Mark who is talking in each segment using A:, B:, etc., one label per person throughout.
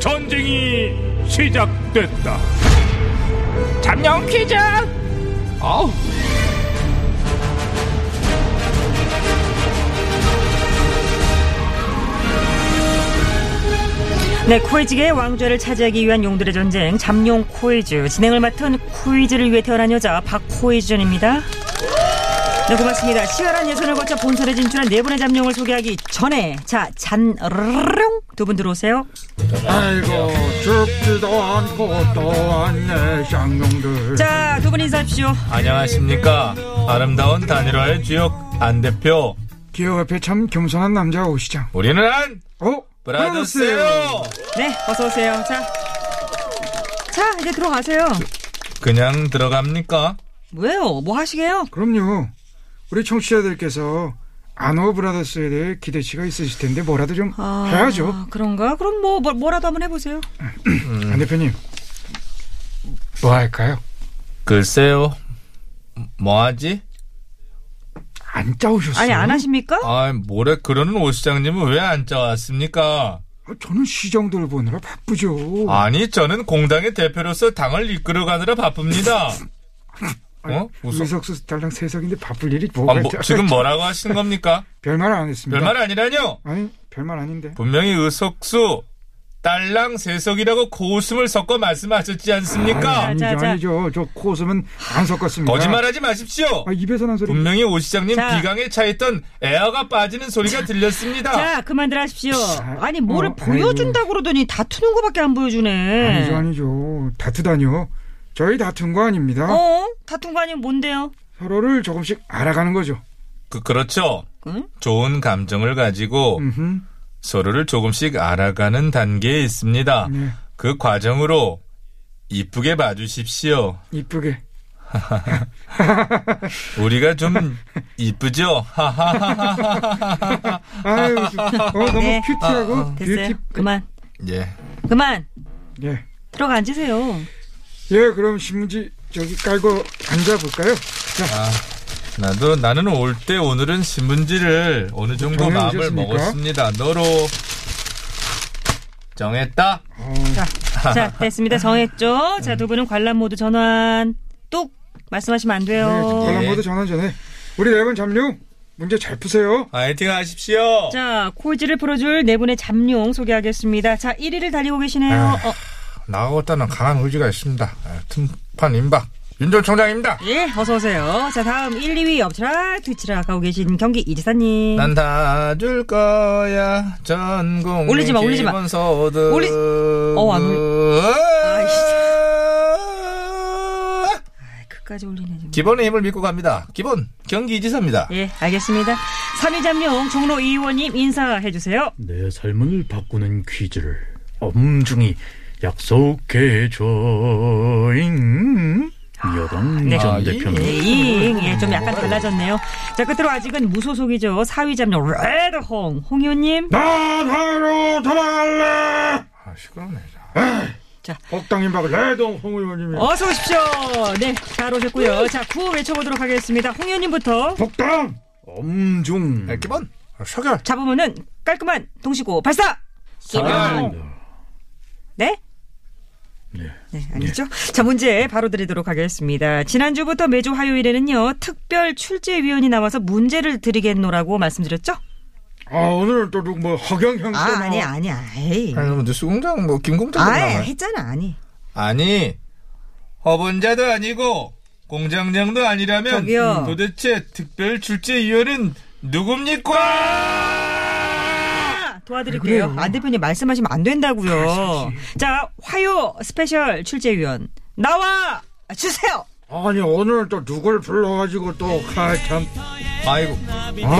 A: 전쟁이 시작됐다. 잠룡 퀴즈! 어우.
B: 네, 코이즈계의 왕좌를 차지하기 위한 용들의 전쟁 잠룡 코이즈 진행을 맡은 코이즈를 위해 태어난 여자 박코이즈입니다. 네, 고맙습니다. 치열한 예선을 거쳐 본선에 진출한 네 분의 잠룡을 소개하기 전에 자, 잔르릉 두 분 들어오세요.
C: 아이고 춥지도 않고 또 왔네 쌍용들
B: 자, 두 분 인사하십시오.
D: 안녕하십니까. 아름다운 단일화의 주역 안 대표.
C: 기업 앞에 참 겸손한 남자 오시장
D: 우리는
C: 어?
D: 브라더스예요.
B: 네, 어서 오세요. 자, 자 이제 들어가세요.
D: 그냥 들어갑니까?
B: 왜요? 뭐 하시게요?
C: 그럼요 우리 청취자들께서 아노 브라더스에 대해 기대치가 있으실 텐데 뭐라도 좀
B: 아.
C: 해야죠
B: 그런가? 그럼 뭐, 뭐 라도 한번 해보세요. 음.
C: 안 대표님 뭐 할까요?
D: 글쎄요. 뭐하지?
C: 안 짜오셨어요?
B: 아니 안 하십니까?
D: 아, 모레 그러는 오 시장님은 왜 안 짜왔습니까?
C: 어, 저는 시정들 보느라 바쁘죠
D: 아니, 저는 공당의 대표로서 당을 이끌어가느라 바쁩니다. 어? 웃어?
C: 이석수 딸랑 세석인데 바쁠 일이
D: 아,
C: 뭐가
D: 뭐,
C: 있죠?
D: 지금 뭐라고 하시는 겁니까?
C: 별말 안 했습니다
D: 별말 아니라뇨?
C: 아니 별말 아닌데
D: 분명히 의석수, 딸랑 세석이라고 고웃음을 섞어 말씀하셨지 않습니까?
C: 아니,
B: 자, 자, 자.
C: 아니죠 저 코웃음은 안 섞었습니다
D: 거짓말하지 마십시오.
C: 아, 입에서 난 소리
D: 분명히 오 시장님
B: 자.
D: 비강에 차있던 에어가 빠지는 소리가 들렸습니다.
B: 자 그만들 하십시오. 아니 뭐를
C: 어,
B: 보여준다 고 그러더니 다투는 거밖에 안 보여주네.
C: 아니죠, 아니죠. 다투다니요. 저희 다툰 거 아닙니다.
B: 어? 다툰 거 아니면 뭔데요?
C: 서로를 조금씩 알아가는 거죠.
D: 그, 그렇죠.
B: 응?
D: 좋은 감정을 가지고
C: 음흠.
D: 서로를 조금씩 알아가는 단계에 있습니다.
C: 네.
D: 그 과정으로 이쁘게 봐주십시오.
C: 이쁘게.
D: 우리가 좀 이쁘죠? 하하하하하하.
C: 아유, 좀- 어, 너무
B: 네.
C: 큐티하고
B: 됐어요.
C: 뷰티.
B: 그만
D: 예.
B: 그만
C: 예.
B: 들어가 앉으세요.
C: 예, 그럼 신문지 저기 깔고 앉아볼까요? 자,
D: 나도 나는 올 때 오늘은 신문지를 어느 정도
C: 정해
D: 마음을
C: 오셨습니까?
D: 먹었습니다. 너로 정했다.
C: 어,
B: 자 됐습니다. 정했죠? 자 두 분은 관람 모드 전환 뚝 말씀하시면 안 돼요.
C: 네,
D: 예.
C: 모두 전환 전에 우리 네번 잠룡 문제 잘 푸세요.
D: 파이팅 하십시오.
B: 자, 코지를 풀어줄 네 분의 잠룡 소개하겠습니다. 자, 1위를 달리고
C: 아.
B: 계시네요. 어,
D: 나가겠다는 강한 의지가 있습니다. 아, 틈판 임박. 윤 전 총장입니다.
B: 예, 어서오세요. 자, 다음 1, 2위 업체라, 뒤치라 가고 계신 경기 이지사님.
D: 난 다 줄 거야. 전공
B: 올리지 마, 올리지 마.
D: 기본소득.
B: 올리- 어, 안
D: 아이씨.
B: 아이, 끝까지 올리네, 지금.
D: 기본의 힘을 믿고 갑니다. 기본 경기지사입니다.
B: 예, 알겠습니다. 3위 잠룡, 종로 이 의원님 인사해주세요.
E: 내 삶을 바꾸는 퀴즈를 엄중히 약속해줘잉 여당
B: 네.
E: 전
D: 아,
B: 예,
E: 대표님
B: 잉. 예, 좀 약간 달라졌네요. 자, 끝으로 아직은 무소속이죠. 4위 잠룡, 레드홍. 홍 의원님.
C: 난 하루 돌아갈래!
D: 아, 시끄럽네.
C: 복당임박을 레동 홍 의원님이.
B: 어서 오십시오. 네, 잘 오셨고요. 자, 구호 외쳐보도록 하겠습니다. 홍 의원님부터
C: 복당!
E: 엄중
D: 네, 기본 서결.
B: 잡으면은 깔끔한 동시고 발사! 네?
E: 네.
B: 네, 아니죠. 자, 문제 바로 드리도록 하겠습니다. 지난주부터 매주 화요일에는요, 특별 출제위원이 나와서 문제를 드리겠노라고 말씀드렸죠?
C: 아, 오늘 또 누구 뭐 허경영
B: 아, 아니, 아니, 에이.
D: 아니, 뭐 뉴스 공장 뭐 김공장
B: 아,
D: 나와요.
B: 했잖아, 아니.
D: 아니 허번자도 아니고 공장장도 아니라면
B: 저기요.
D: 음, 도대체 특별출제위원은 누굽니까?
B: 아, 도와드릴게요. 안 대표님 말씀하시면 안 된다고요. 자, 화요 스페셜 출제위원 나와 주세요.
C: 아니 오늘 또 누굴 불러가지고 또가참
D: 아이고.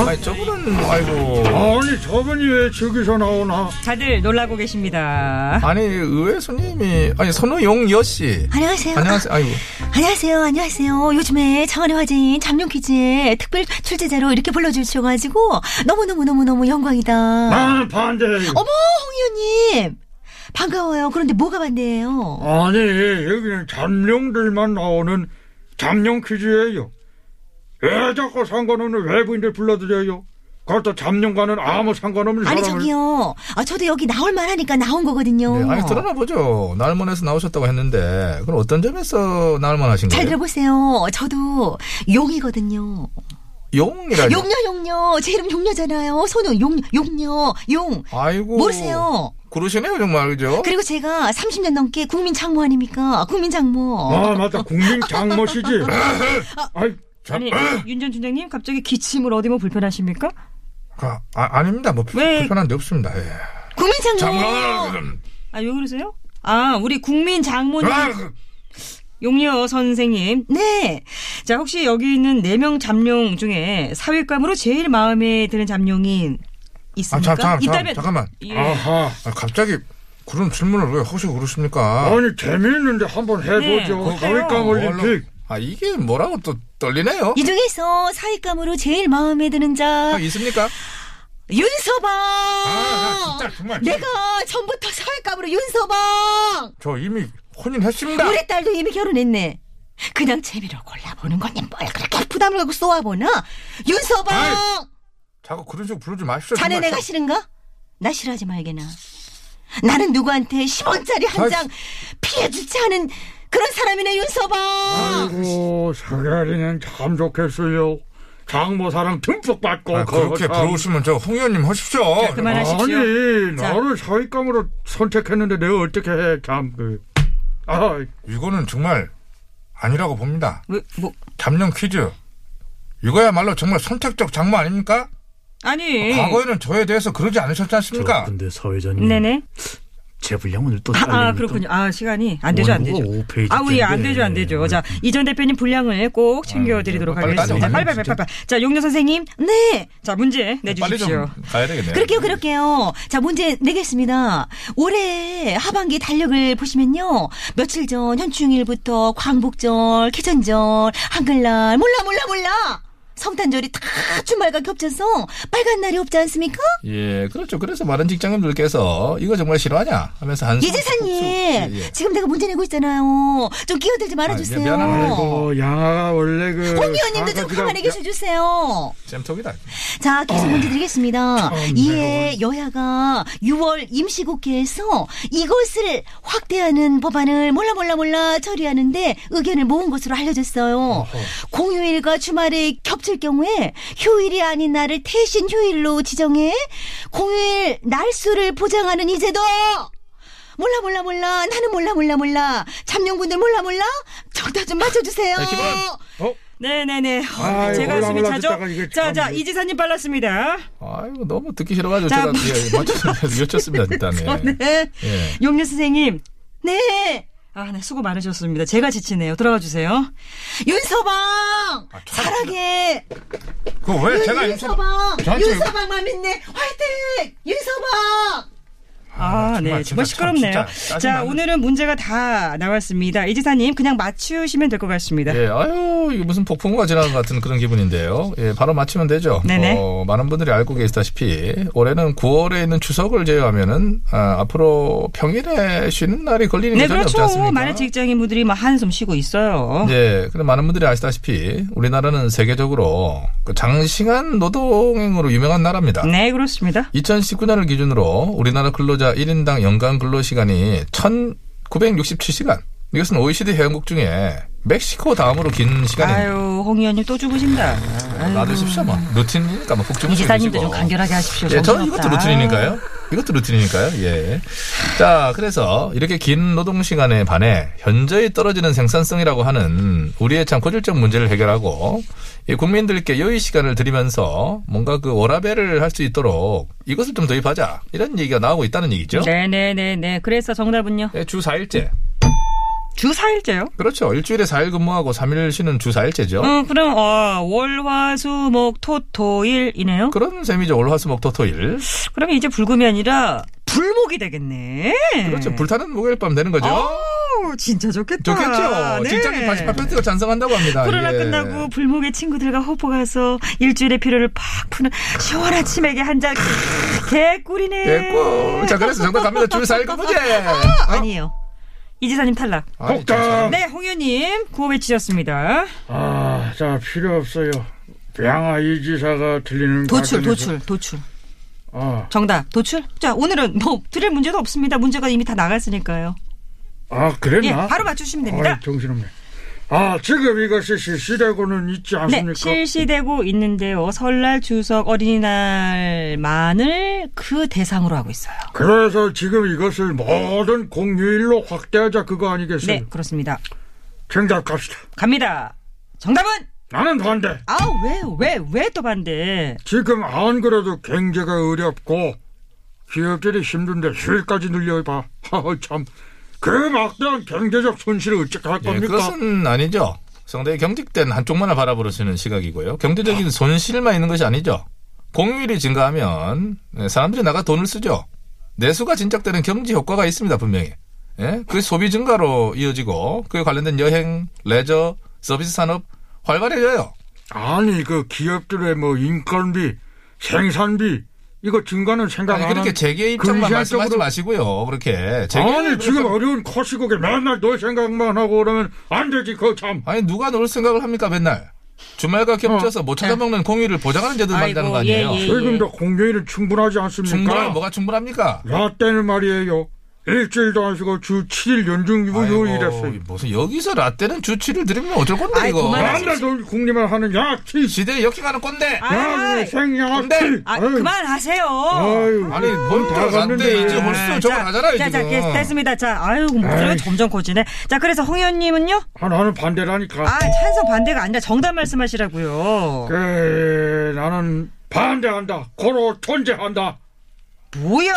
D: 아니, 저분은, 아이고.
C: 아니 저분이 왜 저기서 나오나?
B: 다들 놀라고 계십니다.
D: 아니, 의외 손님이, 아니, 손호용 여씨.
F: 안녕하세요.
D: 안녕하세요. 아이고.
F: 안녕하세요. 안녕하세요. 요즘에 청와대 화제인 잠룡 퀴즈에 특별 출제자로 이렇게 불러주셔가지고 너무너무너무너무 영광이다.
C: 나는 반대예요.
F: 어머, 홍 의원님. 반가워요. 그런데 뭐가 반대예요?
C: 아니 여기는 잠룡들만 나오는 잠룡 퀴즈예요. 왜 자꾸 상관없는 외부인들 불러드려요? 그것도 잠룡과는 아무 상관없는
F: 아니,
C: 사람을
F: 저기요. 아, 저도 여기 나올만 하니까 나온 거거든요.
D: 네, 아니, 드러나 보죠. 날만해서 나오셨다고 했는데, 그럼 어떤 점에서 날만하신 거예요?
F: 잘 네, 들어보세요. 저도 용이거든요.
D: 용이라니.
F: 용녀, 용녀. 제 이름 용녀잖아요. 손은 용, 용녀, 용.
D: 아이고.
F: 모르세요.
D: 그러시네요, 정말, 그죠?
F: 그리고 제가 30년 넘게 국민 장모 아닙니까? 국민 장모.
C: 아 맞다 국민
F: 어.
C: 장모시지. 아이
B: 아니 윤 전 총장님 갑자기 기침을 어디 뭐 불편하십니까?
D: 아, 아, 닙니다뭐 불-
F: 네.
B: 왜-
D: 불편한 데 없습니다. 예.
F: 국민 장모.
B: 아 왜 그러세요? 아 우리 국민 장모님
D: 아,
B: 용녀 선생님.
F: 네.
B: 자 혹시 여기 있는 네 명 잠룡 중에 사회감으로 제일 마음에 드는 잠룡이
D: 아,
B: 있습니까?
D: 잠, 잠, 잠,
B: 있다면
D: 잠깐만.
B: 예.
C: 아하
D: 아, 갑자기 그런 질문을 왜 혹시 그러십니까? 어,
C: 아니 재미있는데 한번 해보죠.
B: 네,
C: 가을감
D: 얼른-
C: 올림픽.
D: 아, 이게 뭐라고 또 떨리네요?
F: 이 중에서 사익감으로 제일 마음에 드는 자
D: 아, 있습니까?
F: 윤서방.
D: 아,
B: 어.
D: 진짜 정말.
B: 네.
F: 내가 전부터 사익감으로 윤서방.
D: 저 이미 혼인했습니다.
F: 우리 딸도 이미 결혼했네. 그냥 재미로 골라보는 건데 뭘 그렇게 부담을 갖고 쏘아보나? 윤서방.
D: 아이, 자꾸 그런 식으로 부르지 마십시오.
F: 자네
D: 정말.
F: 내가 싫은가? 나 싫어하지 말게나. 나는 누구한테 10원짜리 한
D: 아이,
F: 장 피해주지 않은 그런 사람이네 윤서방.
C: 아이고 사가리는 참 좋겠어요. 장모 사랑 듬뿍 받고
B: 어,
D: 아, 그렇게
C: 거참.
D: 부르시면 저 홍 의원님 하십시오.
B: 네, 그만하십시오.
C: 아니
B: 자.
C: 나를 사윗감으로 선택했는데 내가 어떻게 해참그 아,
D: 이거는 정말 아니라고 봅니다.
B: 왜, 뭐
D: 잡념 퀴즈. 이거야말로 정말 선택적 장모 아닙니까?
B: 아니.
D: 과거에는 저에 대해서 그러지 않으셨지 않습니까?
E: 근데 사회자님.
B: 네네.
E: 제 분량 오늘 또
B: 아, 아
E: 잘리니까.
B: 그렇군요. 아 시간이 안 되죠 안 되죠.
E: 원고가 오 페이지
B: 아 우리 안
E: 째인데.
B: 되죠 안 되죠. 자 이 전 대표님 분량을 꼭 챙겨드리도록
D: 빨리
B: 하겠습니다.
D: 따져,
B: 빨리 빨리 빨리. 빨리. 자 용녀 선생님.
F: 네.
B: 자 문제
D: 빨리
B: 내주십시오.
D: 좀 가야 되겠네요.
F: 그럴게요, 그럴게요. 자, 문제 내겠습니다. 올해 하반기 달력을 보시면요. 며칠 전 현충일부터 광복절, 개천절, 한글날, 몰라, 몰라, 몰라! 성탄절이 다 주말과 겹쳐서 빨간 날이 없지 않습니까?
D: 예, 그렇죠. 그래서 많은 직장인들께서 이거 정말 싫어하냐 하면서 한
F: 예지사님! 지금 내가 문제 내고 있잖아요. 좀 끼어들지
D: 아,
F: 말아주세요.
D: 미- 미안합니다. 아,
C: 아이고 양아가 원래 그
F: 홍 의원님도 좀
C: 사가지가-
F: 가만히 계셔주세요.
D: 잼톡이다.
F: 자, 계속 문제
D: 어,
F: 드리겠습니다. 이에 여야가 6월 임시국회에서 이것을 확대하는 법안을 몰라 몰라 몰라 처리하는데 의견을 모은 것으로 알려졌어요. 공휴일과 주말이 겹칠 경우에 휴일이 아닌 날을 대신 휴일로 지정해 공휴일 날수를 보장하는 이 제도! 몰라 몰라 몰라 나는 몰라 몰라 몰라 잠룡분들 몰라 몰라 정답 좀 맞춰주세요.
D: 네, 기본.
B: 네네네.
C: 아이,
B: 제가
C: 몰라,
B: 숨이
C: 몰라
B: 차죠.
C: 듣다가 이게 참-
B: 자자 이지사님 빨랐습니다.
D: 아이고 너무 듣기 싫어가지고
B: 자, 뭐
D: 제가 예, 맞췄습니다. 여쭙습니다 일단은.
B: 네.
D: 예.
B: 용녀 선생님.
F: 네.
B: 아, 네, 수고 많으셨습니다. 제가 지치네요. 들어가 주세요.
F: 윤서방!
D: 아,
F: 사랑해!
D: 그거
B: 음,
D: 왜 제가
F: 윤,
D: 임신?
F: 윤서방!
D: 저한테-
F: 윤서방만 믿네! 화이팅! 윤서방!
B: 아,
D: 정말,
B: 네. 정말
D: 진짜 참,
B: 시끄럽네요.
D: 진짜
B: 자,
D: 짜증나네.
B: 오늘은 문제가 다 나왔습니다. 이지사님, 그냥 맞추시면 될 것 같습니다.
D: 예, 아유 이게 무슨 폭풍우가 지나간 것 같은 그런 기분인데요. 예, 바로 맞추면 되죠.
B: 네네.
D: 어, 많은 분들이 알고 계시다시피 올해는 9월에 있는 추석을 제외하면은 아, 앞으로 평일에 쉬는 날이 걸리는 게
B: 네,
D: 전혀 없지
B: 그렇죠.
D: 않습니까?
B: 많은 직장인분들이 막 한숨 쉬고 있어요.
D: 예, 근데 많은 분들이 아시다시피 우리나라는 세계적으로 그 장시간 노동행으로 유명한 나라입니다.
B: 네, 그렇습니다.
D: 2019년을 기준으로 우리나라 근로자 1인당 연간 근로시간이 1967시간. 이것은 OECD 회원국 중에 멕시코 다음으로 긴 시간입니다.
B: 아유, 홍 의원님 또 죽으신다. 아유,
D: 놔두십시오, 뭐. 루틴이니까 뭐복종해
B: 이지사님도 좀 간결하게 하십시오.
D: 예, 저는
B: 정신없다.
D: 이것도 루틴이니까요. 이것도 루틴이니까요. 예. 자, 그래서 이렇게 긴 노동 시간에 반해 현저히 떨어지는 생산성이라고 하는 우리의 참 고질적 문제를 해결하고 이 국민들께 여유 시간을 드리면서 뭔가 그 워라벨을 할 수 있도록 이것을 좀
B: 네.
D: 도입하자 이런 얘기가 나오고 있다는 얘기죠.
B: 네네네네. 그래서 정답은요?
D: 예, 주 4일째.
B: 주 4일째요?
D: 그렇죠. 일주일에 4일 근무하고 3일 쉬는 주 4일째죠.
B: 어, 그럼 아, 월화수목토토일이네요.
D: 그런 셈이죠. 올화수목토토일.
B: 그, 럼 이제 불금이 아니라 불목이 되겠네.
D: 그렇죠. 불타는 목요일 밤 되는 거죠.
B: 아우, 진짜 좋겠다.
D: 좋겠죠.
B: 네.
D: 직장인 88%가 찬성한다고 합니다.
B: 코로나
D: 예.
B: 끝나고 불목의 친구들과 호포 가서 일주일의 피로를 팍 푸는 시원한 치맥에 한 잔. 개꿀이네. 어,
D: 됐고. 자, 그래서 정답 갑니다. 주 4일 근무제.
B: 아니에요. 이지사님 탈락.
D: 아니, 참,
C: 복당!
B: 네, 홍유님 구호 외치셨습니다.
C: 아, 자, 필요 없어요. 양아 이 지사가 들리는
B: 도출,
C: 과정에서-
B: 도출, 도출.
C: 아,
B: 정답, 도출. 자, 오늘은 뭐 드릴 문제도 없습니다. 문제가 이미 다 나갔으니까요.
C: 아,
B: 예,
C: 그랬나?
B: 바로 맞추시면 됩니다.
C: 아, 정신없네. 아, 지금 이것이 실시되고는 있지
B: 네,
C: 않습니까?
B: 실시되고 있는데요. 설날, 추석, 어린이날만을 그 대상으로 하고 있어요.
C: 그래서 지금 이것을 모든 공휴일로 확대하자 그거 아니겠어요?
B: 네, 그렇습니다.
C: 정답 갑시다.
B: 갑니다. 정답은
C: 나는 반대.
B: 아우 왜 왜 왜 또 반대?
C: 지금 안 그래도 경제가 어렵고 기업들이 힘든데 수익까지 늘려봐. 하하 참. 그 막대한 경제적 손실을 어떻게 할
D: 예,
C: 겁니까?
D: 그것은 아니죠. 상당히 경직된 한쪽만을 바라보시는 시각이고요. 경제적인
C: 아.
D: 손실만 있는 것이 아니죠. 공휴일이 증가하면 예, 사람들이 나가 돈을 쓰죠. 내수가 진작되는 경제 효과가 있습니다, 분명히. 예? 그 소비 증가로 이어지고 그에 관련된 여행, 레저, 서비스 산업 활발해져요.
C: 아니 그 기업들의 뭐 인건비, 생산비 이거 증가는 생각
D: 아니,
C: 안
D: 그렇게
C: 한-
D: 재계 입장만 말씀하지
C: 근시안적으로-
D: 마시고요. 그렇게 재계
C: 아니 지금 어려운 커시국에 맨날 너 생각만 하고 그러면 안 되지 그거 참.
D: 아니 누가 놀 생각을 합니까 맨날 주말과
C: 어.
D: 겹쳐서 못
C: 네.
D: 찾아먹는 공휴일을 보장하는 제도를
B: 아이고,
D: 만드는 거 아니에요.
B: 예, 예.
C: 지금도 공휴일은 충분하지 않습니까?
D: 충분한 뭐가 충분합니까?
C: 나 때는 말이에요. 일주일도 안 쉬고 주 7일 연중
D: 아이고,
C: 뭐, 유휴일이었어요.
D: 무슨 여기서 라떼는 주치를 드리면 어쩔 건데
B: 아이,
D: 이거
B: 그만하세요.
C: 맨날 돈 국리만 하는 야치,
D: 시대에 역행하는 건데
B: 아,
C: 야생야치
B: 아 그만하세요.
C: 아유,
D: 아니 뭔다 갔는데 이제 뭐. 벌써 저거 가잖아요
B: 자, 자,
D: 지금
B: 됐- 됐습니다. 자, 아유, 목소리가
C: 아이씨.
B: 점점 커지네. 자, 그래서 홍 의원님은요?
C: 아, 나는 반대라니까.
B: 아, 찬성 반대가 아니라 정답 말씀하시라고요.
C: 그 나는 반대한다. 고로 존재한다.
B: 뭐야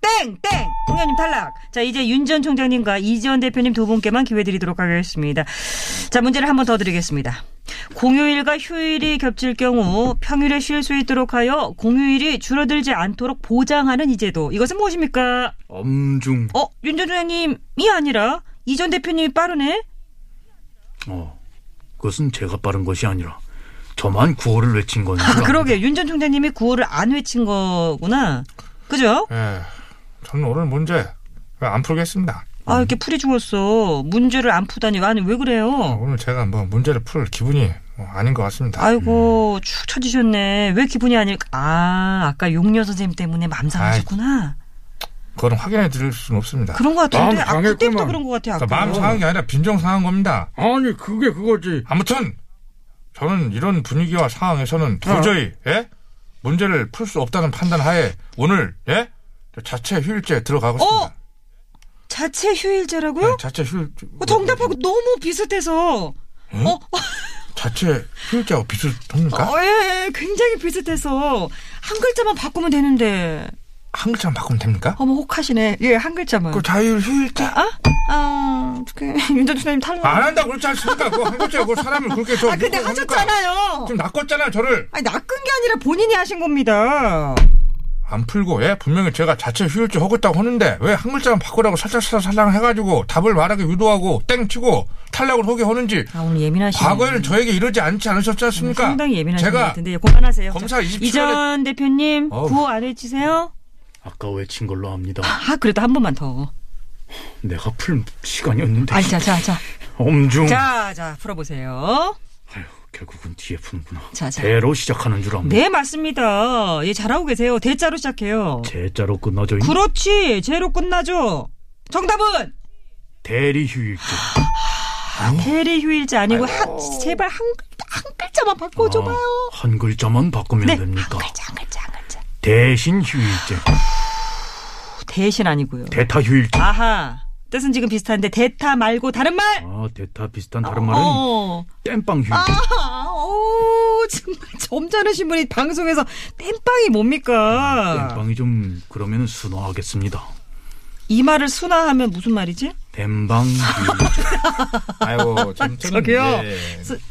B: 땡 땡 공연님 탈락 자 이제 윤 전 총장님과 이 전 대표님 두 분께만 기회 드리도록 하겠습니다 자 문제를 한 번 더 드리겠습니다 공휴일과 휴일이 겹칠 경우 평일에 쉴 수 있도록 하여 공휴일이 줄어들지 않도록 보장하는 이 제도 이것은 무엇입니까
E: 엄중.
B: 어 윤 전 총장님이 아니라 이 전 대표님이 빠르네
E: 어. 그것은 제가 빠른 것이 아니라 저만 구호를 외친 건지.
B: 아, 그러게 윤 전 총장님이 구호를 안 외친 거구나 그죠
D: 예, 저는 오늘 문제 안 풀겠습니다
B: 아 이렇게 풀이 죽었어 문제를 안 푸다니 아니 왜 그래요
D: 오늘 제가 뭐 문제를 풀 기분이 뭐 아닌 것 같습니다
B: 아이고 축 처지셨네. 왜 기분이 아닐까? 아 아까 용녀 선생님 때문에 맘 상하셨구나.
D: 그건 확인해 드릴 수는 없습니다
B: 그런 것 같은데
C: 마음
B: 아, 그때부터
C: 상했구만.
B: 그런 것 같아요. 아까.
D: 상한 게 아니라 빈정 상한 겁니다
C: 아니 그게 그거지.
D: 아무튼 저는 이런 분위기와 상황에서는
C: 아.
D: 도저히 예? 문제를 풀 수 없다는 판단하에 오늘 예? 자체 휴일제 들어가고
B: 어?
D: 있습니다.
B: 자체 휴일제라고요?
D: 네, 자체 휴일
B: 어, 정답하고 너무 비슷해서. 어,
D: 자체 휴일제하고 비슷합니까?
B: 어, 예, 예, 굉장히 비슷해서 한 글자만 바꾸면 되는데.
D: 한 글자만 바꾸면 됩니까?
B: 어머 혹하시네. 예, 한 글자만.
D: 그 자율 휴일제
B: 아, 아, 어떻게 윤전 총장님 탈락.
D: 안 한다고 그렇지 않습니까? 그한 글자 그 사람을 그렇게 아, 저 그러니까.
B: 아, 근데
D: 묶어서 합니까?
B: 하셨잖아요.
D: 지금 낚았잖아요 저를
B: 아니 낚은 게 아니라 본인이 하신 겁니다.
D: 안 풀고 예 분명히 제가 자체 휴일제 하겠다고 하는데 왜 한 글자만 바꾸라고 살짝살짝 살랑 해가지고 답을 말하게 유도하고 땡치고 탈락을 하게 하는지
B: 아 오늘 예민하시네.
D: 과거에는 저에게 이러지 않지 않으셨지 않습니까?
B: 음, 상당히 예민하신 것
D: 그러니까 제가
B: 같은데 그만하세요.
D: 검사 27
B: 이전 대표님
D: 어우.
B: 구호 안 외치세요?
E: 아까 외친 걸로 합니다.
B: 아 그래도 한 번만 더.
E: 내가 풀
D: 네.
E: 시간이었는데.
B: 아니 자자자
E: 엄중.
D: 음.
B: 자, 자 풀어보세요.
E: 아휴, 결국은 뒤에 푸는구나.
B: 자, 자.
E: 대로 시작하는 줄 압니다.
B: 네 맞습니다. 예 잘하고 계세요. 대자로 시작해요.
E: 제자로 끝나져 있는
B: 그렇지 제로 끝나죠. 정답은
E: 대리 휴일제.
B: 대리 휴일제 아니고 한, 제발 한, 글- 한 글자만 바꿔줘봐요.
E: 아, 한 글자만 바꾸면
B: 네,
E: 됩니까?
B: 한 글자 한 글자 한 글자.
E: 대신 휴일제.
B: 대신 아니고요.
E: 대타 휴일제.
B: 아하 뜻은 지금 비슷한데 대타 말고 다른 말.
E: 아, 대타 비슷한 다른 말은
B: 어.
E: 땜빵 휴일제.
B: 아, 오, 정말 점잖으신 분이 방송에서 땜빵이 뭡니까?
E: 땜빵이 좀 그러면 순화하겠습니다.
B: 이 말을 순화하면 무슨 말이지?
E: 뱀방
D: 아이고, 참, 저는,
B: 저기요.
D: 예.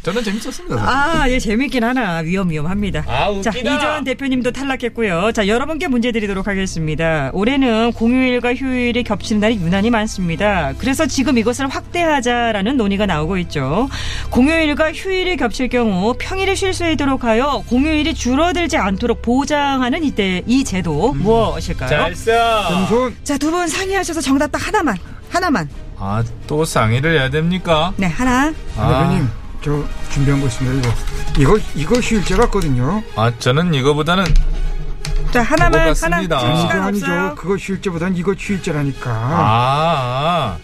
D: 저는 재밌었습니다. 사실.
B: 아, 예, 재밌긴 하나. 위험위험합니다.
D: 아, 웃기다.
B: 자, 이전 대표님도 탈락했고요. 자, 여러분께 문제 드리도록 하겠습니다. 올해는 공휴일과 휴일이 겹치는 날이 유난히 많습니다. 그래서 지금 이것을 확대하자라는 논의가 나오고 있죠. 공휴일과 휴일이 겹칠 경우 평일에 쉴 수 있도록 하여 공휴일이 줄어들지 않도록 보장하는 이때 이 제도
D: 음.
B: 무엇일까요?
D: 잘싸.
C: 우선
B: 자, 두 분 상의하셔서 정답 딱 하나만. 하나만.
D: 아, 또 상의를 해야 됩니까?
B: 네, 하나.
D: 아,
C: 대표님 저 준비한 거 있습니다 이거 이거 이거 실제 같거든요
D: 아, 저는 이거보다는
B: 자,
D: 그거
B: 하나만. 하나.
D: 같습니다.
B: 지금 시간
C: 아니죠
B: 없어요.
C: 그거 실제보단 이거 실제라니까
D: 아,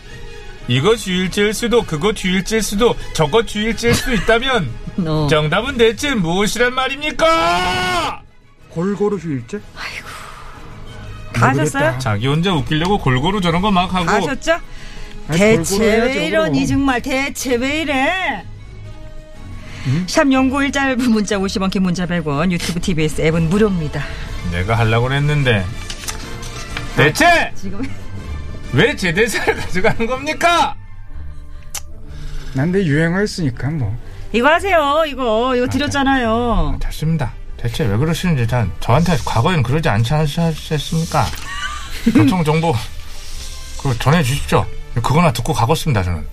D: 이거 주일지일 수도 그거 주일지일 수도 저거 주일지일 수도 있다면
B: 어.
D: 정답은 대체 무엇이란 말입니까?
C: 골고루 실제
B: 다 하셨어요?
D: 자기 혼자 웃기려고 골고루 저런 거 막 하고
B: 아셨죠? 대체 왜 이러니 정말 대체 왜 이래? 샵 연구일 짧은 문자 50원 긴 문자 100원 유튜브 TBS 앱은 무료입니다.
D: 내가 하려고 했는데 대체
B: 아, 지금
D: 왜 제 대사를 가져가는 겁니까?
C: 난내 유행어였으니까 뭐
B: 이거 하세요. 이거 이거 드렸잖아요.
D: 됐습니다. 대체 왜 그러시는지 전 저한테 과거엔 그러지 않지 않으셨습니까? 교통 정보 그 전해 주십시오. 그거나 듣고 가겠습니다 저는.